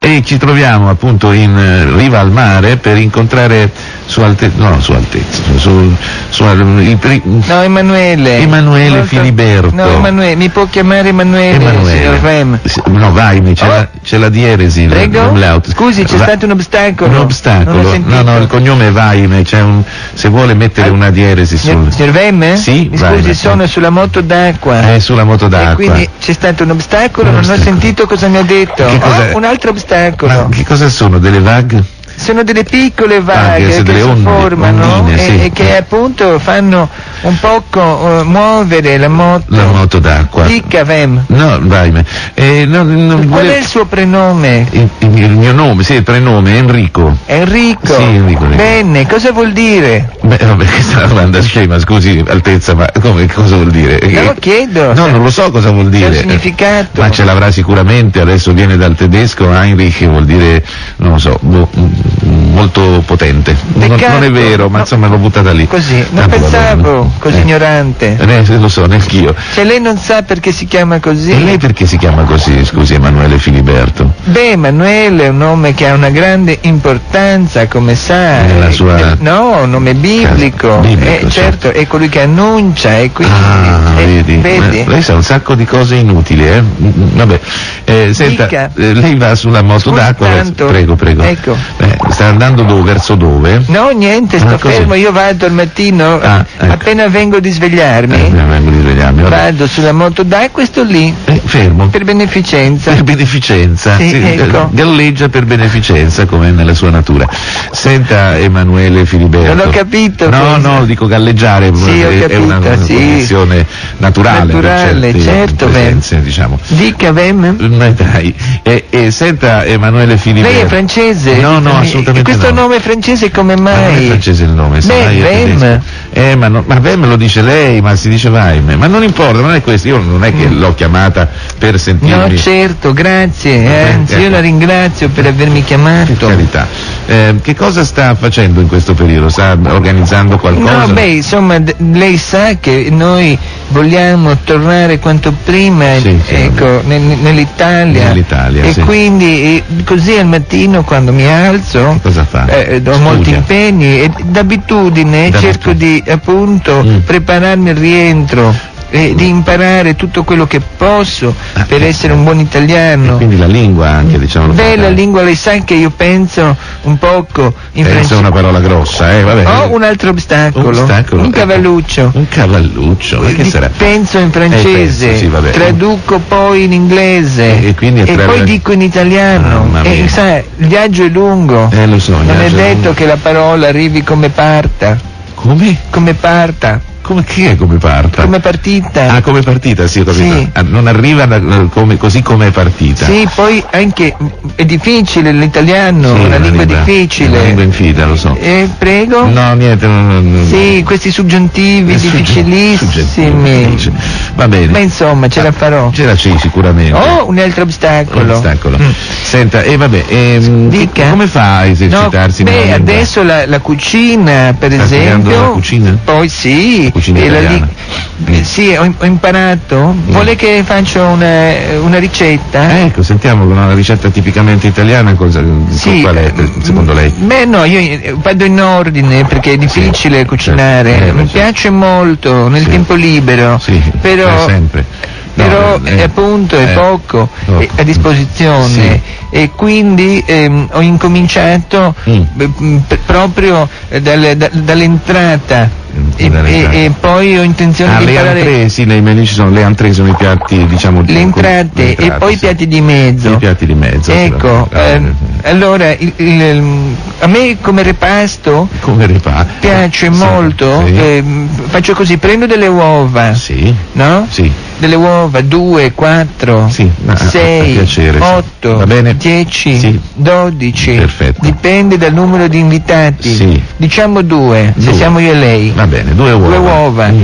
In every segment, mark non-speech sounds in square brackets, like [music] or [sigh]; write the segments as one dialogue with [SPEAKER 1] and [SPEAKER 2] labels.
[SPEAKER 1] e ci troviamo appunto in eh, riva al mare per incontrare su Altezza, no su Altezza, su, su, su- il pri-
[SPEAKER 2] No, Emanuele.
[SPEAKER 1] Emanuele
[SPEAKER 2] Molto-
[SPEAKER 1] Filiberto.
[SPEAKER 2] No, Emanuele, mi può chiamare Emanuele, signor Rem.
[SPEAKER 1] Sì, No, vai, mi- c'è,
[SPEAKER 2] Oh.
[SPEAKER 1] la, c'è la dieresi. la-
[SPEAKER 2] Prego?
[SPEAKER 1] l'aut-
[SPEAKER 2] Scusi, c'è
[SPEAKER 1] Va-
[SPEAKER 2] stato un obstacolo.
[SPEAKER 1] Un
[SPEAKER 2] Non l'ho
[SPEAKER 1] ostacolo.
[SPEAKER 2] sentito.
[SPEAKER 1] No, no, il cognome Vaime, c'è un, se vuole mettere
[SPEAKER 2] Ah.
[SPEAKER 1] una dieresi sul,
[SPEAKER 2] Signor, signor Rem?
[SPEAKER 1] Sì,
[SPEAKER 2] Mi
[SPEAKER 1] vai,
[SPEAKER 2] scusi,
[SPEAKER 1] vai.
[SPEAKER 2] sono sulla moto d'acqua.
[SPEAKER 1] è Eh, sulla moto d'acqua.
[SPEAKER 2] E quindi c'è stato un obstacolo,
[SPEAKER 1] Un
[SPEAKER 2] non ho
[SPEAKER 1] ostacolo.
[SPEAKER 2] sentito cosa mi ha detto.
[SPEAKER 1] Che cos'è?
[SPEAKER 2] Oh, un altro obstacolo.
[SPEAKER 1] Ma che cosa sono? Delle vaghe?
[SPEAKER 2] Sono delle piccole
[SPEAKER 1] Ah,
[SPEAKER 2] vaghe
[SPEAKER 1] che sono
[SPEAKER 2] che
[SPEAKER 1] delle
[SPEAKER 2] si
[SPEAKER 1] onde,
[SPEAKER 2] formano
[SPEAKER 1] ondine,
[SPEAKER 2] e,
[SPEAKER 1] sì. Eh.
[SPEAKER 2] e che appunto fanno un poco eh, muovere la moto.
[SPEAKER 1] La moto d'acqua.
[SPEAKER 2] Dica, Rem.
[SPEAKER 1] No, Vaime. Eh, no, non
[SPEAKER 2] Qual
[SPEAKER 1] volevo-
[SPEAKER 2] è il suo prenome?
[SPEAKER 1] il, il- il mio nome, sì, il prenome è Enrico.
[SPEAKER 2] Enrico.
[SPEAKER 1] Sì, Enrico, Enrico.
[SPEAKER 2] Bene, cosa vuol dire?
[SPEAKER 1] Beh, vabbè, [laughs] questa è una domanda scema, scusi, altezza, ma come, cosa vuol dire?
[SPEAKER 2] No,
[SPEAKER 1] Che-
[SPEAKER 2] chiedo.
[SPEAKER 1] No, non lo so cosa vuol
[SPEAKER 2] C'è
[SPEAKER 1] dire.
[SPEAKER 2] un significato.
[SPEAKER 1] Ma ce l'avrà sicuramente, adesso viene dal tedesco Heinrich, vuol dire, non lo so, boh, mm, molto potente. Non,
[SPEAKER 2] Peccato,
[SPEAKER 1] non è vero, ma
[SPEAKER 2] no.
[SPEAKER 1] insomma l'ho buttata lì.
[SPEAKER 2] Così, non
[SPEAKER 1] Tanto va
[SPEAKER 2] pensavo,
[SPEAKER 1] bene.
[SPEAKER 2] così
[SPEAKER 1] Ah, Eh,
[SPEAKER 2] ignorante.
[SPEAKER 1] eh, sì, lo so, neanch'io.
[SPEAKER 2] Cioè lei non sa perché si chiama così?
[SPEAKER 1] E lei perché si chiama così, scusi, Emanuele Filiberto?
[SPEAKER 2] Beh, Emanuele è un nome che ha una grande importanza, come sa.
[SPEAKER 1] Nella
[SPEAKER 2] Eh,
[SPEAKER 1] sua-
[SPEAKER 2] No, un nome biblico.
[SPEAKER 1] Biblico,
[SPEAKER 2] Eh, certo,
[SPEAKER 1] certo.
[SPEAKER 2] è colui che annuncia e quindi...
[SPEAKER 1] Ah,
[SPEAKER 2] eh,
[SPEAKER 1] vedi,
[SPEAKER 2] vedi?
[SPEAKER 1] Ma Lei sa un sacco di cose inutili, eh? Mm, Vabbè, Eh, senta,
[SPEAKER 2] Dica.
[SPEAKER 1] eh, lei va sulla moto
[SPEAKER 2] Scusi
[SPEAKER 1] d'acqua. verso-
[SPEAKER 2] tanto.
[SPEAKER 1] Prego, prego.
[SPEAKER 2] Ecco.
[SPEAKER 1] Eh, sta andando dove, verso dove?
[SPEAKER 2] No, niente, sto
[SPEAKER 1] Ah, così.
[SPEAKER 2] fermo, io vado al mattino, eh,
[SPEAKER 1] Ah, ecco.
[SPEAKER 2] appena vengo di
[SPEAKER 1] Eh,
[SPEAKER 2] svegliarmi,
[SPEAKER 1] vengo di svegliarmi, vabbè.
[SPEAKER 2] vado sulla moto d'acqua e sto lì,
[SPEAKER 1] Eh, fermo.
[SPEAKER 2] per beneficenza.
[SPEAKER 1] Per beneficenza,
[SPEAKER 2] Sì, ecco.
[SPEAKER 1] eh, galleggia per beneficenza come è nella sua natura. Senta Emanuele Filiberto.
[SPEAKER 2] Non ho capito
[SPEAKER 1] No,
[SPEAKER 2] questo.
[SPEAKER 1] no, dico galleggiare
[SPEAKER 2] Sì, ho
[SPEAKER 1] è- è una,
[SPEAKER 2] capito,
[SPEAKER 1] una
[SPEAKER 2] sì.
[SPEAKER 1] condizione naturale. per
[SPEAKER 2] Naturale,
[SPEAKER 1] certe
[SPEAKER 2] certo, beh.
[SPEAKER 1] presenze, diciamo.
[SPEAKER 2] Dica, Vem.
[SPEAKER 1] Ma dai, e, e senta Emanuele Filiberto.
[SPEAKER 2] Lei è francese?
[SPEAKER 1] No, no,
[SPEAKER 2] Eh,
[SPEAKER 1] assolutamente
[SPEAKER 2] Questo
[SPEAKER 1] no.
[SPEAKER 2] nome francese come
[SPEAKER 1] Ma non è
[SPEAKER 2] mai?
[SPEAKER 1] francese il nome,
[SPEAKER 2] Beh,
[SPEAKER 1] sai, è
[SPEAKER 2] Vem.
[SPEAKER 1] tedesco. Eh, ma, non- ma Vem lo dice lei, ma si dice Vaime. Ma non importa, non è questo. Io non è che
[SPEAKER 2] Mm.
[SPEAKER 1] l'ho chiamata per sentirmi.
[SPEAKER 2] No, certo, grazie,
[SPEAKER 1] bene,
[SPEAKER 2] anzi io
[SPEAKER 1] ecco.
[SPEAKER 2] la ringrazio per avermi
[SPEAKER 1] Per
[SPEAKER 2] chiamato.
[SPEAKER 1] carità. Eh, che cosa sta facendo in questo periodo? Sta organizzando qualcosa?
[SPEAKER 2] No, beh, insomma, d- lei sa che noi vogliamo tornare quanto prima
[SPEAKER 1] Sì, sì,
[SPEAKER 2] ecco, nel- nell'Italia.
[SPEAKER 1] Nell'Italia,
[SPEAKER 2] E
[SPEAKER 1] sì.
[SPEAKER 2] quindi eh, così al mattino quando mi alzo
[SPEAKER 1] Cosa fa?
[SPEAKER 2] eh, ho
[SPEAKER 1] Studia.
[SPEAKER 2] molti impegni e d'abitudine
[SPEAKER 1] Ah, D'abitudine.
[SPEAKER 2] cerco di appunto
[SPEAKER 1] Mm.
[SPEAKER 2] prepararmi al rientro e di imparare tutto quello che posso
[SPEAKER 1] Ah,
[SPEAKER 2] per
[SPEAKER 1] eh,
[SPEAKER 2] essere un buon
[SPEAKER 1] E
[SPEAKER 2] italiano.
[SPEAKER 1] quindi la lingua anche, diciamo.
[SPEAKER 2] Beh, la lingua lei sa che io penso un poco in
[SPEAKER 1] Penso è
[SPEAKER 2] francese.
[SPEAKER 1] Eh, una parola grossa, eh, vabbè.
[SPEAKER 2] Ho un altro
[SPEAKER 1] Un
[SPEAKER 2] ostacolo,
[SPEAKER 1] ostacolo,
[SPEAKER 2] un
[SPEAKER 1] ecco.
[SPEAKER 2] cavalluccio.
[SPEAKER 1] Un cavalluccio, ma che
[SPEAKER 2] Di-
[SPEAKER 1] sarà?
[SPEAKER 2] Penso in francese,
[SPEAKER 1] Eh, penso, sì, vabbè.
[SPEAKER 2] traduco poi in inglese
[SPEAKER 1] E- e quindi attraver-
[SPEAKER 2] poi dico in italiano.
[SPEAKER 1] Mamma
[SPEAKER 2] E,
[SPEAKER 1] mia.
[SPEAKER 2] sa, il viaggio è lungo,
[SPEAKER 1] Eh, lo so.
[SPEAKER 2] non è
[SPEAKER 1] Ignazio,
[SPEAKER 2] detto che la parola arrivi come parta,
[SPEAKER 1] Come?
[SPEAKER 2] come parta,
[SPEAKER 1] Come che è come parta?
[SPEAKER 2] come partita.
[SPEAKER 1] Ah, come partita, sì, ho capito.
[SPEAKER 2] Sì.
[SPEAKER 1] Ah, non arriva da- come- così come è partita.
[SPEAKER 2] Sì, poi anche mm, è difficile l'italiano,
[SPEAKER 1] Sì,
[SPEAKER 2] una, lingua, difficile.
[SPEAKER 1] Una lingua infida, lo so.
[SPEAKER 2] Eh, prego?
[SPEAKER 1] No, niente. non- non- non-
[SPEAKER 2] Sì, questi soggettivi
[SPEAKER 1] Sugge- suggestivi,
[SPEAKER 2] difficilissimi.
[SPEAKER 1] dice. Va bene.
[SPEAKER 2] Ma insomma, ce la farò.
[SPEAKER 1] Ce la c'è sicuramente.
[SPEAKER 2] Oh, un altro
[SPEAKER 1] Un
[SPEAKER 2] ostacolo. Mm.
[SPEAKER 1] ostacolo. Senta, e vabbè, ehm,
[SPEAKER 2] Dica.
[SPEAKER 1] come fa a
[SPEAKER 2] No,
[SPEAKER 1] esercitarsi? nella
[SPEAKER 2] beh,
[SPEAKER 1] lingua?
[SPEAKER 2] adesso la, la cucina, per
[SPEAKER 1] Sta studiando
[SPEAKER 2] esempio.
[SPEAKER 1] la cucina?
[SPEAKER 2] Poi sì.
[SPEAKER 1] Cucina
[SPEAKER 2] e la
[SPEAKER 1] italiana.
[SPEAKER 2] li- Sì, ho, ho imparato. Vuole che faccio una, una ricetta?
[SPEAKER 1] Eh, Ecco, sentiamo una ricetta tipicamente italiana, cosa,
[SPEAKER 2] Sì. eh, mm,
[SPEAKER 1] qual è per- secondo lei?
[SPEAKER 2] Beh no, io eh, vado in ordine perché è difficile cucinare.
[SPEAKER 1] certo. Eh,
[SPEAKER 2] Mi
[SPEAKER 1] certo.
[SPEAKER 2] piace molto nel
[SPEAKER 1] Sì.
[SPEAKER 2] tempo libero.
[SPEAKER 1] Sì, eh,
[SPEAKER 2] però
[SPEAKER 1] sempre. No,
[SPEAKER 2] però
[SPEAKER 1] eh,
[SPEAKER 2] eh, appunto è
[SPEAKER 1] eh,
[SPEAKER 2] poco
[SPEAKER 1] poco.
[SPEAKER 2] eh, a disposizione
[SPEAKER 1] Sì.
[SPEAKER 2] e quindi ehm, ho incominciato
[SPEAKER 1] Mm.
[SPEAKER 2] eh, mm, pr- proprio eh, dal- da- dall'entrata
[SPEAKER 1] Mm,
[SPEAKER 2] e,
[SPEAKER 1] dall'entrata.
[SPEAKER 2] e- e poi ho intenzione
[SPEAKER 1] Ah,
[SPEAKER 2] di
[SPEAKER 1] le
[SPEAKER 2] imparare
[SPEAKER 1] antree, sì, nei menù ci sono le antree, sono i piatti, diciamo...
[SPEAKER 2] le entrate e poi i piatti di mezzo
[SPEAKER 1] I piatti di mezzo.
[SPEAKER 2] ecco
[SPEAKER 1] Ah,
[SPEAKER 2] ehm, Allora, il- il- a me come repasto
[SPEAKER 1] [laughs] Come riparto?
[SPEAKER 2] piace molto,
[SPEAKER 1] Sì.
[SPEAKER 2] ehm, faccio così, prendo delle uova,
[SPEAKER 1] sì.
[SPEAKER 2] no?
[SPEAKER 1] Sì.
[SPEAKER 2] Delle uova, 2, 4,
[SPEAKER 1] Sì, ma a- a- a
[SPEAKER 2] 6,
[SPEAKER 1] piacere, sì. Va
[SPEAKER 2] 8,
[SPEAKER 1] bene?
[SPEAKER 2] 10,
[SPEAKER 1] Sì.
[SPEAKER 2] 12,
[SPEAKER 1] Perfetto.
[SPEAKER 2] dipende dal numero di invitati,
[SPEAKER 1] Sì.
[SPEAKER 2] diciamo due, se
[SPEAKER 1] Due.
[SPEAKER 2] siamo io e lei,
[SPEAKER 1] Va bene, due uova.
[SPEAKER 2] due uova,
[SPEAKER 1] Mm.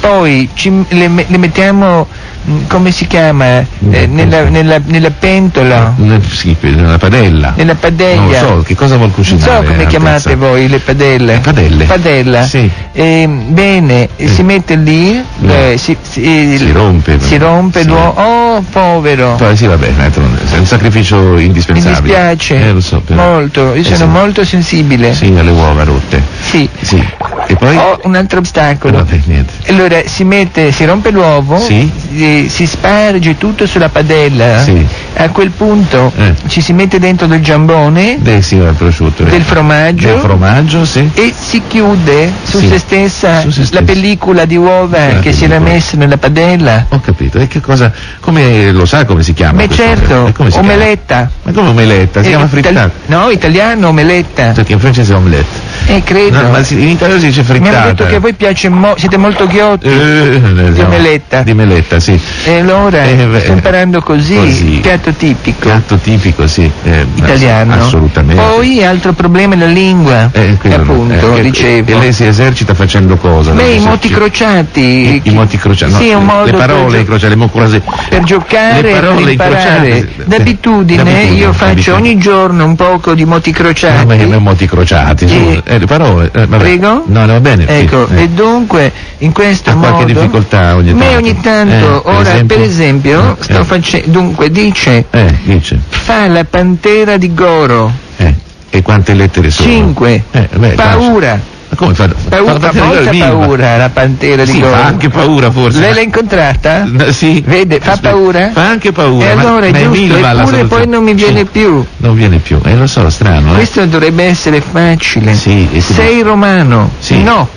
[SPEAKER 2] poi ci- le, me- le mettiamo, mh, come si chiama, eh,
[SPEAKER 1] Nella
[SPEAKER 2] nella,
[SPEAKER 1] pentola.
[SPEAKER 2] nella- nella pentola,
[SPEAKER 1] Nel- sì, nella padella.
[SPEAKER 2] nella padella.
[SPEAKER 1] Non lo so, che cosa vuol
[SPEAKER 2] Non
[SPEAKER 1] cucinare?
[SPEAKER 2] so come
[SPEAKER 1] Altezza? Eh,
[SPEAKER 2] chiamate voi le padelle.
[SPEAKER 1] padelle.
[SPEAKER 2] Padella.
[SPEAKER 1] Sì.
[SPEAKER 2] Ehm, bene, eh, si mette lì, eh, si, si-
[SPEAKER 1] Si rompe.
[SPEAKER 2] Si rompe
[SPEAKER 1] Sì.
[SPEAKER 2] l'uovo. Oh, povero.
[SPEAKER 1] Poi sì, va bene, d'altronde, è un sacrificio
[SPEAKER 2] Mi
[SPEAKER 1] indispensabile.
[SPEAKER 2] dispiace
[SPEAKER 1] Eh, lo so, però.
[SPEAKER 2] molto, io
[SPEAKER 1] Eh,
[SPEAKER 2] sono
[SPEAKER 1] sì.
[SPEAKER 2] molto sensibile.
[SPEAKER 1] Sì, alle uova rotte.
[SPEAKER 2] Sì.
[SPEAKER 1] Sì. E poi?
[SPEAKER 2] Ho un altro
[SPEAKER 1] Eh,
[SPEAKER 2] ostacolo.
[SPEAKER 1] Vabbè, niente.
[SPEAKER 2] Allora si mette, si rompe l'uovo,
[SPEAKER 1] Sì.
[SPEAKER 2] si, si sparge tutto sulla padella.
[SPEAKER 1] Sì.
[SPEAKER 2] A quel punto
[SPEAKER 1] Eh.
[SPEAKER 2] ci si mette dentro del giambone,
[SPEAKER 1] Dei sì, al prosciutto.
[SPEAKER 2] del
[SPEAKER 1] ecco.
[SPEAKER 2] formaggio.
[SPEAKER 1] Del formaggio, sì.
[SPEAKER 2] e si chiude su
[SPEAKER 1] Sì,
[SPEAKER 2] se stessa
[SPEAKER 1] su se
[SPEAKER 2] la
[SPEAKER 1] stessa.
[SPEAKER 2] pellicola di uova
[SPEAKER 1] La
[SPEAKER 2] che si era
[SPEAKER 1] pellicola.
[SPEAKER 2] messa nella padella.
[SPEAKER 1] Ho capito. E che cosa? Come lo sa come si chiama?
[SPEAKER 2] Ma
[SPEAKER 1] questo?
[SPEAKER 2] certo,
[SPEAKER 1] Eh, come si chiama?
[SPEAKER 2] omeletta.
[SPEAKER 1] Ma come omeletta? Si
[SPEAKER 2] Eh,
[SPEAKER 1] chiama
[SPEAKER 2] ital-
[SPEAKER 1] frittata.
[SPEAKER 2] no, italiano omeletta.
[SPEAKER 1] Perché in francese è omelette.
[SPEAKER 2] Eh, credo.
[SPEAKER 1] No, ma si- in italiano si dice
[SPEAKER 2] Mi
[SPEAKER 1] frittata.
[SPEAKER 2] hanno detto che a voi piace mo- siete molto ghiotti.
[SPEAKER 1] Eh, eh,
[SPEAKER 2] Di
[SPEAKER 1] no.
[SPEAKER 2] omeletta.
[SPEAKER 1] Di omeletta, sì.
[SPEAKER 2] E allora
[SPEAKER 1] Eh, beh,
[SPEAKER 2] sto imparando così,
[SPEAKER 1] così.
[SPEAKER 2] piatto tipico
[SPEAKER 1] Piatto tipico, sì. eh,
[SPEAKER 2] italiano.
[SPEAKER 1] ass- Assolutamente.
[SPEAKER 2] Poi altro problema è la lingua.
[SPEAKER 1] Eh, quello no,
[SPEAKER 2] appunto,
[SPEAKER 1] eh, che-
[SPEAKER 2] dicevo.
[SPEAKER 1] E lei si esercita facendo cosa?
[SPEAKER 2] Beh, i
[SPEAKER 1] Esercita-
[SPEAKER 2] moti crociati.
[SPEAKER 1] I, i moti crociati. no,
[SPEAKER 2] Sì, è un
[SPEAKER 1] le-
[SPEAKER 2] modo
[SPEAKER 1] le
[SPEAKER 2] per
[SPEAKER 1] parole
[SPEAKER 2] gio-
[SPEAKER 1] crociate, le mucurase.
[SPEAKER 2] per giocare
[SPEAKER 1] Le parole
[SPEAKER 2] per imparare
[SPEAKER 1] incrociate.
[SPEAKER 2] d'abitudine
[SPEAKER 1] D'abitudine,
[SPEAKER 2] io faccio
[SPEAKER 1] d'abitudine.
[SPEAKER 2] ogni giorno un poco di moti
[SPEAKER 1] No, ma
[SPEAKER 2] crociati
[SPEAKER 1] che non moti crociati, scusa.
[SPEAKER 2] Eh,
[SPEAKER 1] Eh, le parole. eh, vabbè.
[SPEAKER 2] prego
[SPEAKER 1] No, no, va bene. sì,
[SPEAKER 2] ecco
[SPEAKER 1] eh.
[SPEAKER 2] e dunque in questo
[SPEAKER 1] Ha
[SPEAKER 2] modo
[SPEAKER 1] qualche difficoltà ogni
[SPEAKER 2] ma
[SPEAKER 1] tanto?
[SPEAKER 2] ogni tanto
[SPEAKER 1] Eh, per
[SPEAKER 2] ora
[SPEAKER 1] esempio?
[SPEAKER 2] per esempio
[SPEAKER 1] Eh,
[SPEAKER 2] sto
[SPEAKER 1] eh.
[SPEAKER 2] facendo dunque dice
[SPEAKER 1] Eh, dice.
[SPEAKER 2] fa la pantera di Goro
[SPEAKER 1] Eh, e quante lettere sono?
[SPEAKER 2] 5
[SPEAKER 1] Eh, beh,
[SPEAKER 2] paura
[SPEAKER 1] Ma come fa?
[SPEAKER 2] paura
[SPEAKER 1] fa- fa-
[SPEAKER 2] fa molta
[SPEAKER 1] viva.
[SPEAKER 2] paura la pantera di
[SPEAKER 1] Sì,
[SPEAKER 2] Goro
[SPEAKER 1] fa anche paura forse.
[SPEAKER 2] lei l'ha incontrata?
[SPEAKER 1] No, [laughs] sì.
[SPEAKER 2] Vede, fa
[SPEAKER 1] Aspetta,
[SPEAKER 2] paura?
[SPEAKER 1] Fa anche paura.
[SPEAKER 2] e
[SPEAKER 1] ma-
[SPEAKER 2] allora è
[SPEAKER 1] ma
[SPEAKER 2] giusto
[SPEAKER 1] mille va la
[SPEAKER 2] eppure
[SPEAKER 1] soluzione.
[SPEAKER 2] poi non mi viene
[SPEAKER 1] Sì,
[SPEAKER 2] più
[SPEAKER 1] Non viene più, eh lo so, strano, eh.
[SPEAKER 2] Questo dovrebbe essere facile.
[SPEAKER 1] Sì, e tu-
[SPEAKER 2] Sei romano?
[SPEAKER 1] Sì.
[SPEAKER 2] No,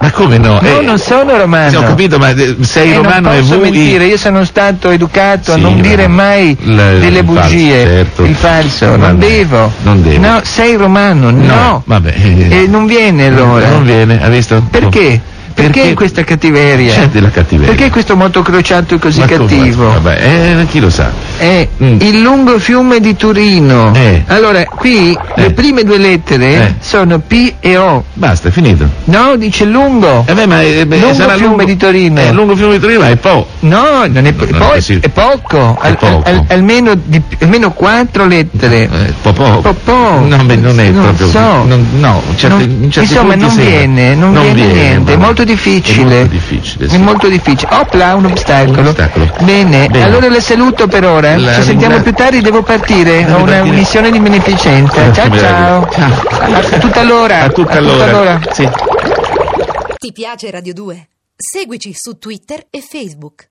[SPEAKER 1] Ma come no?
[SPEAKER 2] no,
[SPEAKER 1] Eh,
[SPEAKER 2] non sono romano.
[SPEAKER 1] sì, ho capito, ma eh, sei
[SPEAKER 2] E
[SPEAKER 1] romano
[SPEAKER 2] non
[SPEAKER 1] e
[SPEAKER 2] posso
[SPEAKER 1] vuoi
[SPEAKER 2] mentire, io sono stato educato a
[SPEAKER 1] Sì,
[SPEAKER 2] non
[SPEAKER 1] ma-
[SPEAKER 2] dire mai
[SPEAKER 1] l-
[SPEAKER 2] delle
[SPEAKER 1] il falso,
[SPEAKER 2] bugie,
[SPEAKER 1] certo.
[SPEAKER 2] il falso,
[SPEAKER 1] Ma
[SPEAKER 2] non
[SPEAKER 1] no,
[SPEAKER 2] devo.
[SPEAKER 1] non devo.
[SPEAKER 2] No, sei romano, no.
[SPEAKER 1] No, vabbè.
[SPEAKER 2] E non viene allora.
[SPEAKER 1] Non viene, ha visto?
[SPEAKER 2] Perché? Perché,
[SPEAKER 1] Perché-
[SPEAKER 2] questa cattiveria?
[SPEAKER 1] C'è della cattiveria.
[SPEAKER 2] Perché questo motocrociato così
[SPEAKER 1] Ma come-
[SPEAKER 2] cattivo?
[SPEAKER 1] Vabbè, eh, chi lo sa?
[SPEAKER 2] Eh,
[SPEAKER 1] Mm.
[SPEAKER 2] il lungo fiume di Turino.
[SPEAKER 1] Eh.
[SPEAKER 2] Allora, qui le
[SPEAKER 1] Eh.
[SPEAKER 2] prime due lettere
[SPEAKER 1] Eh.
[SPEAKER 2] sono P e O.
[SPEAKER 1] Basta, è finito.
[SPEAKER 2] No, dice lungo.
[SPEAKER 1] Eh beh, ma eh, beh,
[SPEAKER 2] Lungo
[SPEAKER 1] sarà
[SPEAKER 2] fiume
[SPEAKER 1] lungo...
[SPEAKER 2] di Torino.
[SPEAKER 1] Eh, lungo fiume di Torino è po'.
[SPEAKER 2] No, non è, po-
[SPEAKER 1] Non è
[SPEAKER 2] poi
[SPEAKER 1] così.
[SPEAKER 2] è poco,
[SPEAKER 1] È
[SPEAKER 2] Al-
[SPEAKER 1] poco.
[SPEAKER 2] al- almeno, di- almeno quattro lettere.
[SPEAKER 1] Eh, po' po'.
[SPEAKER 2] Po' po'.
[SPEAKER 1] No, beh, non è
[SPEAKER 2] Non
[SPEAKER 1] proprio.
[SPEAKER 2] so.
[SPEAKER 1] non- no, in certi-
[SPEAKER 2] Non-
[SPEAKER 1] in certi
[SPEAKER 2] insomma,
[SPEAKER 1] punti
[SPEAKER 2] non
[SPEAKER 1] sembra-
[SPEAKER 2] viene, non viene niente,
[SPEAKER 1] vabbè.
[SPEAKER 2] è molto difficile.
[SPEAKER 1] È molto difficile.
[SPEAKER 2] È
[SPEAKER 1] sì. [laughs]
[SPEAKER 2] molto difficile. Opla, un obstacolo.
[SPEAKER 1] Un ostacolo.
[SPEAKER 2] Bene,
[SPEAKER 1] Bene.
[SPEAKER 2] allora la saluto per ora.
[SPEAKER 1] La
[SPEAKER 2] Ci sentiamo
[SPEAKER 1] ringrazio.
[SPEAKER 2] più tardi, devo partire.
[SPEAKER 1] Devi
[SPEAKER 2] Ho una
[SPEAKER 1] partire.
[SPEAKER 2] missione di beneficenza.
[SPEAKER 1] Eh,
[SPEAKER 2] Ciao
[SPEAKER 1] che
[SPEAKER 2] ciao.
[SPEAKER 1] meraviglia.
[SPEAKER 2] A, a tutta l'ora.
[SPEAKER 1] A tutta l'ora. Sì.
[SPEAKER 3] Ti piace Radio 2? Seguici su Twitter e Facebook.